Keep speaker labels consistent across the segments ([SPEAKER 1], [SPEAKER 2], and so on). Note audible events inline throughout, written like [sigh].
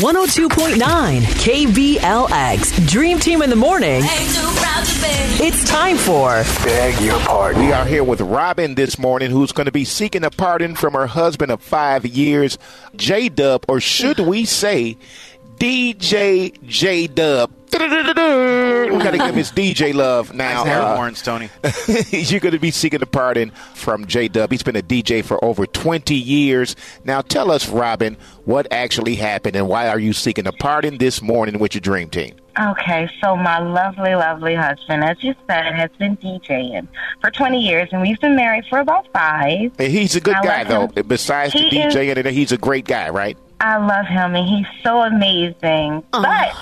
[SPEAKER 1] 102.9 KBLX. Dream Team in the morning. It's time for
[SPEAKER 2] Beg your pardon.
[SPEAKER 3] We are here with Robin this morning, who's going to be seeking a pardon from her husband of five years, J Dub, or should we say, DJ J Dub. We gotta give his DJ love now.
[SPEAKER 4] Air
[SPEAKER 3] Uh,
[SPEAKER 4] horns, Tony.
[SPEAKER 3] [laughs] You're going to be seeking a pardon from J Dub. He's been a DJ for over 20 years. Now, tell us, Robin, what actually happened and why are you seeking a pardon this morning with your dream team?
[SPEAKER 5] Okay, so my lovely, lovely husband, as you said, has been DJing for 20 years, and we've been married for about five.
[SPEAKER 3] And he's a good
[SPEAKER 5] I
[SPEAKER 3] guy, though.
[SPEAKER 5] love him.
[SPEAKER 3] Besides the
[SPEAKER 5] um, He is-
[SPEAKER 3] DJ, and he's a great guy, right?
[SPEAKER 5] I love him, and he's so amazing. But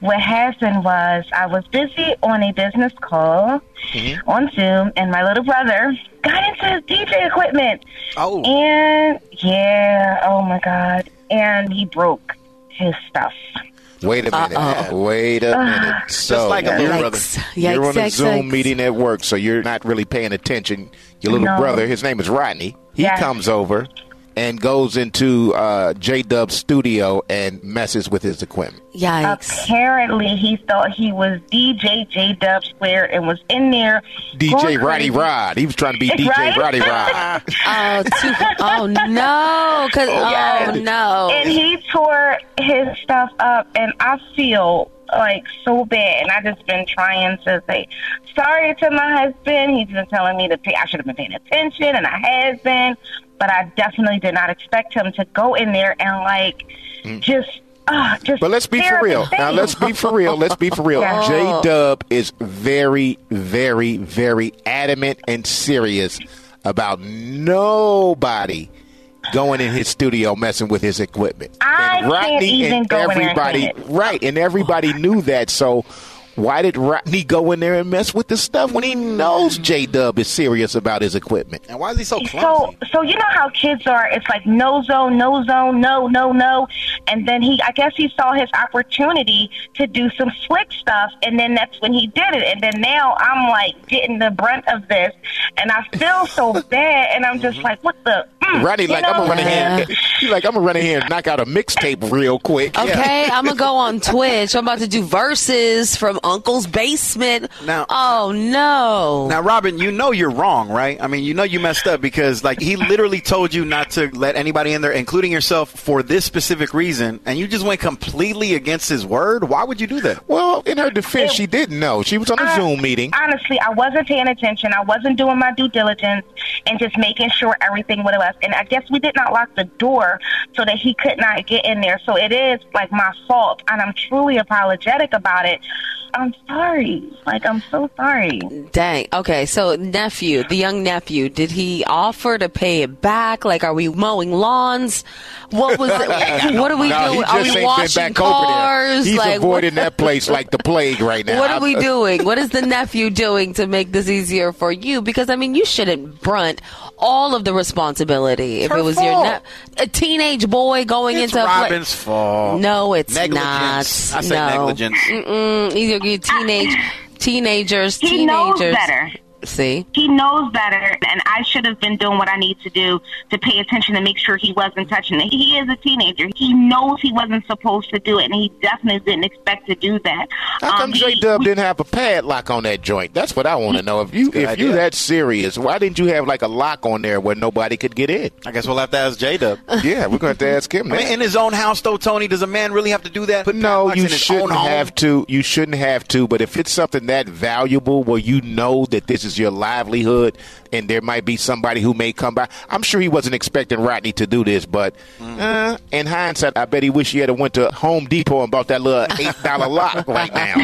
[SPEAKER 5] what happened was I was busy on a business call on Zoom, and my little brother got into his DJ equipment.
[SPEAKER 4] [laughs] Oh,
[SPEAKER 5] And yeah, oh my God. And he broke his stuff.
[SPEAKER 3] Wait a minute. Wait a minute. So
[SPEAKER 4] just like a little brother.
[SPEAKER 3] you're on a
[SPEAKER 6] Yikes,
[SPEAKER 3] Zoom
[SPEAKER 6] yikes.
[SPEAKER 3] meeting at work, so you're not really paying attention. Your little
[SPEAKER 5] No.
[SPEAKER 3] brother, his name is Rodney, he
[SPEAKER 5] Yes.
[SPEAKER 3] comes over and goes into uh, J Dub's studio and messes with his equipment.
[SPEAKER 6] Yikes.
[SPEAKER 5] Apparently, he thought he was DJ J Dub Square and was in there.
[SPEAKER 3] DJ
[SPEAKER 5] going
[SPEAKER 3] Roddy
[SPEAKER 5] crazy.
[SPEAKER 3] Rod. He was trying to be DJ
[SPEAKER 5] Right?
[SPEAKER 3] Roddy Rod.
[SPEAKER 6] Oh, too, oh no. 'Cause- oh
[SPEAKER 5] And
[SPEAKER 6] no.
[SPEAKER 5] he tore his stuff up, and I feel like so bad. And I just been trying to say sorry to my husband. He's been telling me to pay. I should have been paying attention, and I have been, but I definitely did not expect him to go in there and like just. Uh, just
[SPEAKER 3] Mm. But let's be
[SPEAKER 5] tear
[SPEAKER 3] for
[SPEAKER 5] up
[SPEAKER 3] real.
[SPEAKER 5] his
[SPEAKER 3] Now
[SPEAKER 5] thing.
[SPEAKER 3] let's be for real. Let's be for real.
[SPEAKER 5] [laughs] Yeah.
[SPEAKER 3] J Dub is very, very, very adamant and serious about nobody going in his studio messing with his equipment.
[SPEAKER 5] I can't even
[SPEAKER 3] and
[SPEAKER 5] go in there and
[SPEAKER 3] everybody
[SPEAKER 5] clean
[SPEAKER 3] right, and everybody knew that. So why did Rodney go in there and mess with the stuff when he knows J Dub is serious about his equipment?
[SPEAKER 4] and why is he so clumsy?
[SPEAKER 5] So, so you know how kids are. It's like no zone, no zone, no, no, no. And then he, I guess he saw his opportunity to do some slick stuff, and then that's when he did it. And then now I'm like getting the brunt of this, and I feel so bad. And I'm just like, what the? Mm,
[SPEAKER 3] Rodney,
[SPEAKER 5] you
[SPEAKER 3] like I'm
[SPEAKER 5] know?
[SPEAKER 3] gonna run in here. [laughs] He like I'm gonna run in here and knock out a mixtape real quick. Yeah.
[SPEAKER 6] Okay, I'm gonna go on Twitch. I'm about to do verses from Uncle's basement.
[SPEAKER 4] Now-
[SPEAKER 6] oh no.
[SPEAKER 4] Now, Robin, you know you're wrong, right? I mean, you know you messed up because, like, he literally told you not to let anybody in there, including yourself, for this specific reason, and you just went completely against his word. Why would you do that?
[SPEAKER 3] Well, in her defense,
[SPEAKER 5] It-
[SPEAKER 3] she didn't know. She was on a
[SPEAKER 5] I-
[SPEAKER 3] Zoom meeting.
[SPEAKER 5] Honestly, I wasn't paying attention. I wasn't doing my due diligence and just making sure everything would have left. And I guess we did not lock the door so that he could not get in there. So it is like my fault, and I'm truly apologetic about it. I'm sorry. Like I'm so sorry.
[SPEAKER 6] Dang. Okay, so nephew, the young nephew, did he offer to pay it back? Like, are we mowing lawns? What was?
[SPEAKER 3] [laughs]
[SPEAKER 6] It, what are we
[SPEAKER 3] no, he
[SPEAKER 6] doing?
[SPEAKER 3] just
[SPEAKER 6] Are
[SPEAKER 3] ain't
[SPEAKER 6] we
[SPEAKER 3] been
[SPEAKER 6] washing
[SPEAKER 3] back over there.
[SPEAKER 6] cars?
[SPEAKER 3] He's
[SPEAKER 6] like,
[SPEAKER 3] avoiding
[SPEAKER 6] what,
[SPEAKER 3] that place like the plague right now.
[SPEAKER 6] what are
[SPEAKER 3] [laughs]
[SPEAKER 6] we
[SPEAKER 3] I-
[SPEAKER 6] doing? What is the nephew doing to make this easier for you? Because I mean, you shouldn't brunt all of the responsibility if
[SPEAKER 3] Her
[SPEAKER 6] it was your
[SPEAKER 3] fault.
[SPEAKER 6] ne- a teenage boy going
[SPEAKER 4] It's
[SPEAKER 6] into a pla-
[SPEAKER 4] Robin's fault.
[SPEAKER 6] No, it's
[SPEAKER 4] negligence.
[SPEAKER 6] not.
[SPEAKER 4] I say
[SPEAKER 6] No.
[SPEAKER 4] negligence.
[SPEAKER 6] Mm-mm, either you teenage teenagers,
[SPEAKER 5] He knows
[SPEAKER 6] teenagers.
[SPEAKER 5] better.
[SPEAKER 6] See.
[SPEAKER 5] He knows better, and I should have been doing what I need to do to pay attention to make sure he wasn't touching it. He is a teenager. He knows he wasn't supposed to do it, and he definitely didn't expect to do that.
[SPEAKER 3] How come
[SPEAKER 5] Um,
[SPEAKER 3] J
[SPEAKER 5] he-
[SPEAKER 3] Dub didn't have a padlock on that joint? That's what I want to know. If you if you
[SPEAKER 4] idea.
[SPEAKER 3] that serious, why didn't you have like a lock on there where nobody could get in?
[SPEAKER 4] I guess we'll have to ask
[SPEAKER 6] [laughs]
[SPEAKER 4] J Dub.
[SPEAKER 3] Yeah, we're gonna have to ask him.
[SPEAKER 4] I mean, in his own house, though, Tony, does a man really have to do that? Put
[SPEAKER 3] no,
[SPEAKER 4] padlocks
[SPEAKER 3] you
[SPEAKER 4] in his
[SPEAKER 3] shouldn't
[SPEAKER 4] own home?
[SPEAKER 3] have to. You shouldn't have to. But if it's something that valuable, where you know that this is your livelihood, and there might be somebody who may come by. I'm sure he wasn't expecting Rodney to do this, but
[SPEAKER 4] Mm.
[SPEAKER 3] uh, in hindsight, I bet he wish he had went to Home Depot and bought that
[SPEAKER 4] [laughs]
[SPEAKER 3] little eight dollar lock right now.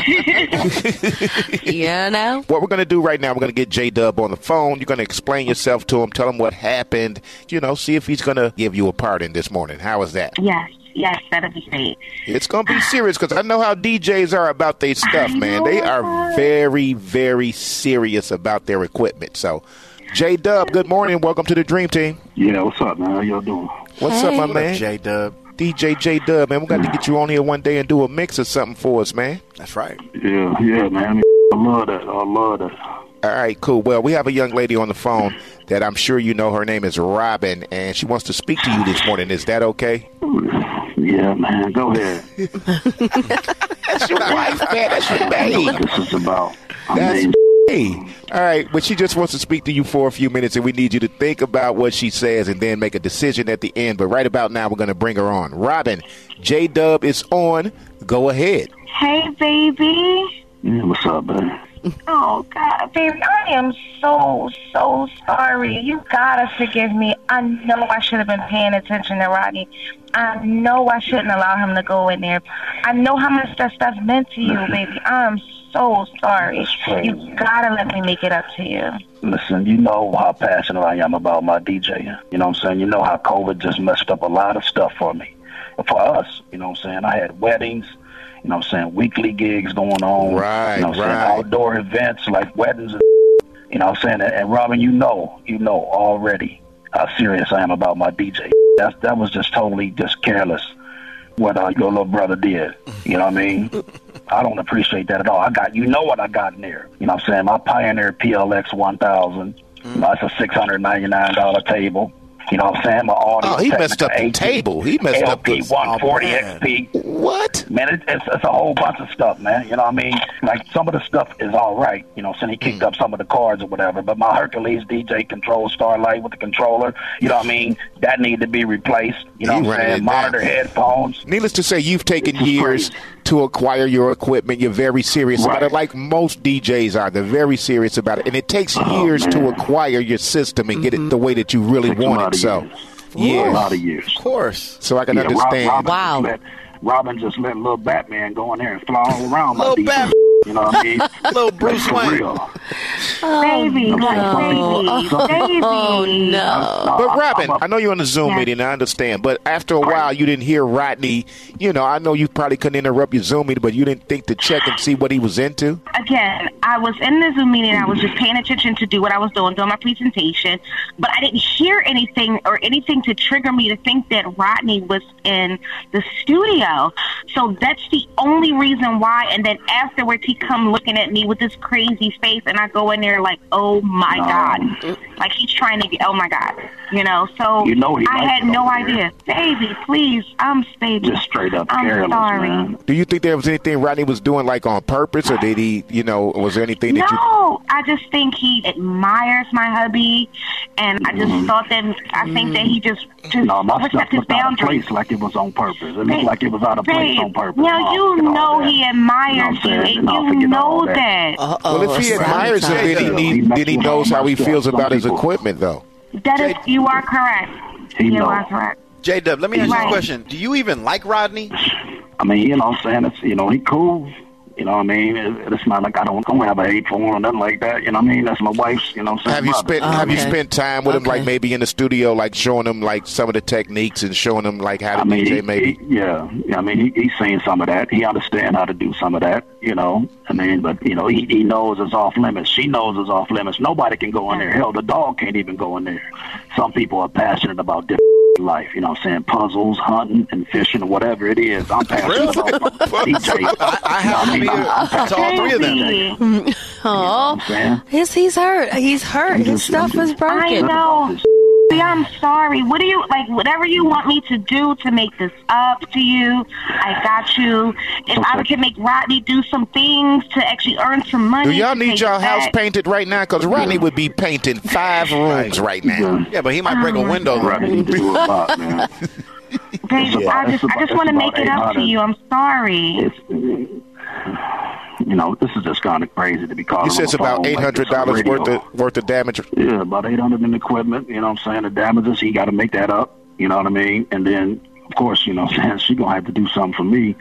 [SPEAKER 6] You know.
[SPEAKER 3] What we're going to do right now, we're going to get J Dub on the phone. You're going to explain yourself to him, tell him what happened, you know, see if he's going to give you a pardon this morning. How is that?
[SPEAKER 5] Yes, yes, that'd be great.
[SPEAKER 3] It's going to be serious because I know how DJs are about their stuff, man. They are very, very serious about their equipment. So, J Dub, good morning. Welcome to the Dream Team.
[SPEAKER 7] Yeah, what's up, man? How y'all doing?
[SPEAKER 3] What's up, my man?
[SPEAKER 4] J Dub.
[SPEAKER 3] DJ J Dub, man. We're going to get you on here one day and do a mix or something for us, man.
[SPEAKER 4] That's right.
[SPEAKER 7] Yeah, yeah, man. I love that. I love that.
[SPEAKER 3] All right, cool. Well, we have a young lady on the phone that I'm sure you know. Her name is Robin, and she wants to speak to you this morning. Is that okay?
[SPEAKER 7] Yeah, man, go ahead.
[SPEAKER 3] That's your wife, man. That's your
[SPEAKER 7] I know
[SPEAKER 3] babe.
[SPEAKER 7] what this is about. I
[SPEAKER 3] That's
[SPEAKER 7] mean,
[SPEAKER 3] me. All right, but she just wants to speak to you for a few minutes, and we need you to think about what she says and then make a decision at the end. But right about now, we're going to bring her on. Robin, J Dub is on. Go ahead.
[SPEAKER 5] Hey, baby.
[SPEAKER 7] yeah, what's up, man?
[SPEAKER 5] Oh, God, baby, I am so, so sorry. You gotta forgive me. I know I should have been paying attention to Rodney. I know I shouldn't allow him to go in there. I know how much that stuff meant to you, baby. I'm so sorry. You gotta let me make it up to you.
[SPEAKER 7] Listen, you know how passionate I am about my DJing. You know what I'm saying? You know how COVID just messed up a lot of stuff for me. And for us, you know what I'm saying? I had weddings, you know what I'm saying? Weekly gigs going on.
[SPEAKER 3] Right,
[SPEAKER 7] You know what I'm
[SPEAKER 3] right.
[SPEAKER 7] saying? Outdoor events like weddings and you know what I'm saying? And, and Robin, you know, you know already how serious I am about my DJ. That, that was just totally just careless what uh, your little brother did. You know what I mean? I don't appreciate that at all. I got you know what I got in there. You know what I'm saying? My Pioneer PLX 1000. You know, that's a six hundred ninety nine dollar table. You know what I'm saying? My audio.
[SPEAKER 3] Oh, he messed up the
[SPEAKER 7] Technica AT,
[SPEAKER 3] table. He messed up the-
[SPEAKER 7] LP 140
[SPEAKER 4] oh, man.
[SPEAKER 7] XP.
[SPEAKER 3] What?
[SPEAKER 7] Man, it, it's, it's a whole bunch of stuff, man. You know what I mean? Like some of the stuff is all right. You know, since he
[SPEAKER 3] Mm.
[SPEAKER 7] kicked up some of the cards or whatever. But my Hercules DJ Control Starlight with the controller. You know what I mean? That need to be replaced. You know
[SPEAKER 3] He
[SPEAKER 7] what I'm
[SPEAKER 3] running it
[SPEAKER 7] saying? Monitor
[SPEAKER 3] down.
[SPEAKER 7] headphones.
[SPEAKER 3] Needless to say, you've taken
[SPEAKER 7] This is
[SPEAKER 3] years
[SPEAKER 7] crazy.
[SPEAKER 3] to acquire your equipment. You're very serious about
[SPEAKER 7] Right.
[SPEAKER 3] it, like most DJs are. They're very serious about it, and it takes
[SPEAKER 7] Oh,
[SPEAKER 3] years to acquire your system and get it the way that you really
[SPEAKER 7] Takes a lot
[SPEAKER 3] want it.
[SPEAKER 7] of
[SPEAKER 3] So,
[SPEAKER 7] years. A
[SPEAKER 3] yeah,
[SPEAKER 7] lot of years.
[SPEAKER 4] Of course.
[SPEAKER 3] so I can
[SPEAKER 7] Yeah, Rob-
[SPEAKER 3] understand.
[SPEAKER 7] Robin
[SPEAKER 6] Wow.
[SPEAKER 7] Just let, Robin just let little Batman go in there and fly all around my
[SPEAKER 4] Little
[SPEAKER 7] defense.
[SPEAKER 4] Batman.
[SPEAKER 7] You know what I mean?
[SPEAKER 3] [laughs]
[SPEAKER 4] Little Bruce
[SPEAKER 7] For
[SPEAKER 4] Wayne.
[SPEAKER 7] real.
[SPEAKER 5] Baby,
[SPEAKER 7] no.
[SPEAKER 5] baby, baby.
[SPEAKER 6] Oh no.
[SPEAKER 7] No,
[SPEAKER 3] But
[SPEAKER 7] I'm-
[SPEAKER 3] Robin, i
[SPEAKER 7] Uh, I'm a-
[SPEAKER 3] know you're on a Zoom
[SPEAKER 5] Yeah.
[SPEAKER 3] meeting. I understand, but after a while, you didn't hear Rodney. You know, I know you probably couldn't interrupt your Zoom meeting, but you didn't think to check and see what he was into.
[SPEAKER 5] again, I was in the Zoom meeting. I was just paying attention to do what I was doing, doing my presentation, but I didn't hear anything or anything to trigger me to think that Rodney was in the studio. So that's the only reason why. And then afterwards, he come looking at me with this crazy face, and I go in there like, "Oh my
[SPEAKER 7] No.
[SPEAKER 5] god!" Like he's trying to get, "Oh my god," you know. So
[SPEAKER 7] You know he
[SPEAKER 5] I
[SPEAKER 7] likes
[SPEAKER 5] had
[SPEAKER 7] it
[SPEAKER 5] no
[SPEAKER 7] over there.
[SPEAKER 5] idea, baby. Please, I'm baby.
[SPEAKER 7] just straight up
[SPEAKER 5] I'm
[SPEAKER 7] careless,
[SPEAKER 5] sorry.
[SPEAKER 7] man.
[SPEAKER 3] Do you think there was anything Rodney was doing like on purpose, or did he? You know, was there anything that you?
[SPEAKER 5] No, I just think he admires my hubby, and I just thought that I think that he just just
[SPEAKER 7] Mm-hmm. No, my stuff
[SPEAKER 5] protects his
[SPEAKER 7] looked out of
[SPEAKER 5] boundaries.
[SPEAKER 7] place like it was on purpose. It looked like it was out of place
[SPEAKER 5] Babe,
[SPEAKER 7] on purpose.
[SPEAKER 5] now
[SPEAKER 7] No,
[SPEAKER 5] you
[SPEAKER 7] forget all
[SPEAKER 5] know
[SPEAKER 7] that.
[SPEAKER 5] he
[SPEAKER 7] know
[SPEAKER 5] admires
[SPEAKER 7] what I'm saying?
[SPEAKER 5] you, and
[SPEAKER 7] No,
[SPEAKER 5] you
[SPEAKER 7] forget all
[SPEAKER 5] know
[SPEAKER 7] that.
[SPEAKER 5] that.
[SPEAKER 6] Uh-oh,
[SPEAKER 3] Well,
[SPEAKER 7] Oh,
[SPEAKER 3] if he
[SPEAKER 6] it's
[SPEAKER 3] admires him,
[SPEAKER 6] Valentine's
[SPEAKER 3] then he
[SPEAKER 7] Yeah,
[SPEAKER 3] need,
[SPEAKER 7] he messed
[SPEAKER 3] then he
[SPEAKER 7] with
[SPEAKER 3] knows how he
[SPEAKER 7] myself,
[SPEAKER 3] feels
[SPEAKER 7] some
[SPEAKER 3] about his
[SPEAKER 7] people.
[SPEAKER 3] equipment, though.
[SPEAKER 5] That is, you are correct.
[SPEAKER 7] He
[SPEAKER 5] you
[SPEAKER 7] know.
[SPEAKER 5] are correct.
[SPEAKER 4] J Dub, let me ask you a
[SPEAKER 5] Right.
[SPEAKER 4] question. Do you even like Rodney?
[SPEAKER 7] I mean, you know what I'm saying? It's, you know, he cool. You know what I mean? It- It's not like I don't, I don't have a hate for him or nothing like that. You know what I mean? That's my wife's, you know what I'm saying?
[SPEAKER 3] Have you
[SPEAKER 7] brother.
[SPEAKER 3] spent Have you
[SPEAKER 6] Okay.
[SPEAKER 3] spent time with him, like
[SPEAKER 6] Okay.
[SPEAKER 3] maybe in the studio, like showing him like some of the techniques and showing him like how to
[SPEAKER 7] I mean,
[SPEAKER 3] DJ,
[SPEAKER 7] he-
[SPEAKER 3] maybe?
[SPEAKER 7] he- yeah, yeah. I mean, he, he's seen some of that. He understand how to do some of that, you know. I mean, but you know, he, he knows it's off limits. She knows it's off limits. Nobody can go in there. Hell, the dog can't even go in there. Some people are passionate about different life. You know, what I'm saying puzzles, hunting, and fishing, or whatever it is.
[SPEAKER 3] [laughs]
[SPEAKER 7] I'm passionate about DJ.
[SPEAKER 4] I, I have to
[SPEAKER 7] [laughs]
[SPEAKER 4] be a, to all three of them.
[SPEAKER 5] Baby,
[SPEAKER 6] Oh,
[SPEAKER 7] Man,
[SPEAKER 6] his, he's hurt. He's hurt. His stuff was
[SPEAKER 5] I
[SPEAKER 6] broken.
[SPEAKER 5] know.
[SPEAKER 3] Mm-hmm.
[SPEAKER 5] See, I'm sorry. What do you like? Whatever you want me to do to make this up to you, I got you. If I
[SPEAKER 7] Okay.
[SPEAKER 5] can make Rodney do some things to actually earn some money,
[SPEAKER 3] Do y'all
[SPEAKER 5] to
[SPEAKER 3] need
[SPEAKER 5] pay
[SPEAKER 3] y'all
[SPEAKER 5] back-
[SPEAKER 3] house painted right now? Because Rodney would be painting five rooms right now.
[SPEAKER 7] yeah.
[SPEAKER 4] Yeah, but he might break a window.
[SPEAKER 7] Right,
[SPEAKER 4] Rodney.
[SPEAKER 7] he
[SPEAKER 3] [laughs]
[SPEAKER 7] do a lot, man.
[SPEAKER 5] Babe,
[SPEAKER 7] Yeah.
[SPEAKER 5] I just,
[SPEAKER 7] It's
[SPEAKER 5] I just want
[SPEAKER 7] about-
[SPEAKER 5] to
[SPEAKER 7] it's
[SPEAKER 5] make
[SPEAKER 7] about
[SPEAKER 5] it up to
[SPEAKER 7] 800.
[SPEAKER 5] you. I'm sorry.
[SPEAKER 7] It's, you know, this is just kind of crazy to be calling.
[SPEAKER 3] He says
[SPEAKER 7] on the phone
[SPEAKER 3] about eight
[SPEAKER 7] like
[SPEAKER 3] hundred
[SPEAKER 7] this on the
[SPEAKER 3] dollars worth
[SPEAKER 7] radio.
[SPEAKER 3] of worth of damage.
[SPEAKER 7] Yeah, about 800 in equipment. You know what I'm saying? The damages, he got to make that up. You know what I mean? And then, of course, you know what I'm saying? [laughs] She going to have to do something for me.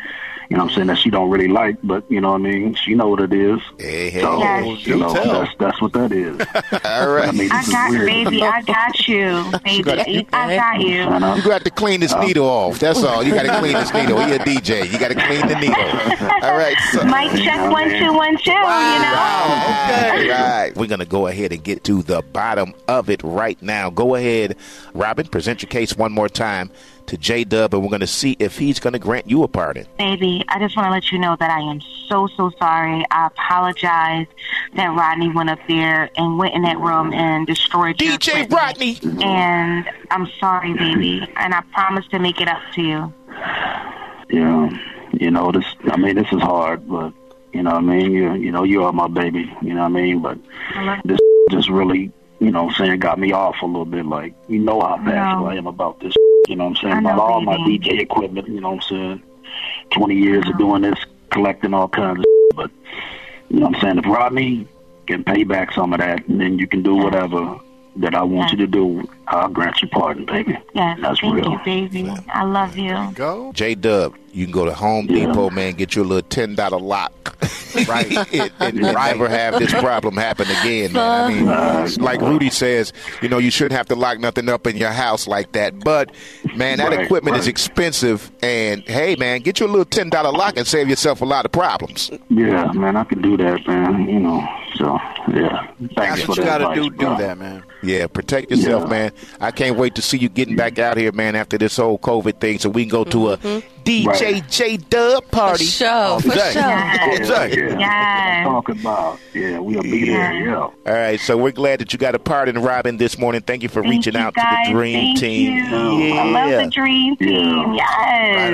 [SPEAKER 7] You know what I'm saying? That she don't really like, but you know what I mean? She know what it is.
[SPEAKER 3] Hey, hey.
[SPEAKER 7] So,
[SPEAKER 5] Yes.
[SPEAKER 7] you know,
[SPEAKER 4] Do tell.
[SPEAKER 7] that's, that's what
[SPEAKER 3] [laughs]
[SPEAKER 7] that is.
[SPEAKER 3] All
[SPEAKER 7] I
[SPEAKER 3] right.
[SPEAKER 7] mean,
[SPEAKER 5] I
[SPEAKER 7] this
[SPEAKER 5] got,
[SPEAKER 7] is weird.
[SPEAKER 5] baby, I got you, baby. I got you.
[SPEAKER 7] And, uh,
[SPEAKER 3] [laughs] You got to clean this needle off. That's all. You got to clean this needle. He a DJ. You got to clean the needle.
[SPEAKER 7] [laughs]
[SPEAKER 3] All right. So,
[SPEAKER 5] Mike, check one, two, one, two. You
[SPEAKER 7] Oh,
[SPEAKER 5] know.
[SPEAKER 3] All right. We're going to go ahead and get to the bottom of it right now. Go ahead, Robin, present your case one more time to J Dub, and we're going to see if he's going to grant you a pardon.
[SPEAKER 5] Baby, I just want to let you know that I am so, so sorry. I apologize. that Rodney went up there and went in that room and destroyed your
[SPEAKER 3] DJ
[SPEAKER 5] equipment.
[SPEAKER 3] Rodney.
[SPEAKER 5] And I'm sorry, baby. And I promise to make it up to you.
[SPEAKER 7] Yeah, you know this. I mean, this is hard, but you know, what I mean, you you know, you are my baby. You know what I mean? But
[SPEAKER 5] I love
[SPEAKER 7] this just really, you know, what I'm saying, got me off a little bit. Like, you know how passionate I am about this. You know, what I'm saying
[SPEAKER 5] I know,
[SPEAKER 7] about all my
[SPEAKER 5] baby.
[SPEAKER 7] DJ equipment. You know, what I'm saying, 20 years of doing this, collecting all kinds of. But you know, what I'm saying if Rodney can pay back some of that, then you can do whatever that I want you to do. I'll grant you pardon, baby.
[SPEAKER 5] Yes,
[SPEAKER 7] That's
[SPEAKER 5] thank
[SPEAKER 7] real.
[SPEAKER 5] you, baby. I love you.
[SPEAKER 4] Go.
[SPEAKER 3] J Dub, you can go to Home
[SPEAKER 7] Yeah.
[SPEAKER 3] Depot, man, get you a little ten dollar
[SPEAKER 7] [laughs]
[SPEAKER 3] lock,
[SPEAKER 4] Right.
[SPEAKER 3] [laughs] and, and never have this problem happen again. Man. I mean, it's like Rudy says, you know, you shouldn't have to lock nothing up in your house like that. But man, that
[SPEAKER 7] Right,
[SPEAKER 3] equipment is
[SPEAKER 7] right.
[SPEAKER 3] expensive, and hey, man, get you a little ten dollar lock and save yourself a lot of problems.
[SPEAKER 7] Yeah, man, I could do that, man. You know, so yeah. Thanks
[SPEAKER 4] That's
[SPEAKER 7] for
[SPEAKER 4] what you
[SPEAKER 7] that
[SPEAKER 4] gotta do.
[SPEAKER 7] advice,
[SPEAKER 4] Do
[SPEAKER 7] bro.
[SPEAKER 4] that, man.
[SPEAKER 3] Yeah, protect yourself,
[SPEAKER 7] Yeah.
[SPEAKER 3] man. I can't wait to see you getting back out here, man, after this whole COVID thing, so we can go to a DJ
[SPEAKER 7] Right.
[SPEAKER 3] J Dub
[SPEAKER 6] Mm-hmm. For
[SPEAKER 3] party.
[SPEAKER 6] sure, for
[SPEAKER 3] Dang.
[SPEAKER 6] sure.
[SPEAKER 7] Yeah,
[SPEAKER 3] Jay.
[SPEAKER 7] yeah.
[SPEAKER 5] Yes.
[SPEAKER 7] Talk about yeah, we'll be there. Yeah.
[SPEAKER 3] All right, so we're glad that you got a part in Robin this morning. Thank you for
[SPEAKER 5] Thank
[SPEAKER 3] reaching
[SPEAKER 5] you
[SPEAKER 3] out
[SPEAKER 5] guys.
[SPEAKER 3] to the Dream
[SPEAKER 5] Thank
[SPEAKER 3] Team.
[SPEAKER 5] you.
[SPEAKER 3] Yeah,
[SPEAKER 5] I love the Dream Team. Yes.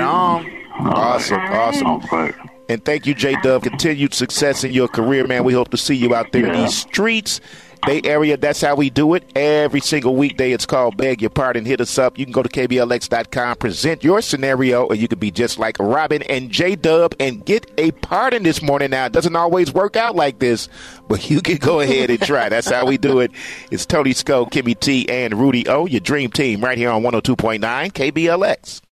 [SPEAKER 4] Right on.
[SPEAKER 3] awesome,
[SPEAKER 5] All right.
[SPEAKER 3] awesome.
[SPEAKER 7] Right.
[SPEAKER 3] And thank you, J Dub. Continued success in your career, man. We hope to see you out there in
[SPEAKER 7] Yeah.
[SPEAKER 3] these streets. Bay Area, that's how we do it. Every single weekday, it's called Beg Your Pardon. Hit us up. You can go to KBLX.com, present your scenario, and you could be just like Robin and J Dub and get a pardon this morning. Now, it doesn't always work out like this, but you can go ahead and try. That's how we do it. It's oh Tony Sko, Kimmy T, and Rudy O, your dream team, right here on 102.9 KBLX.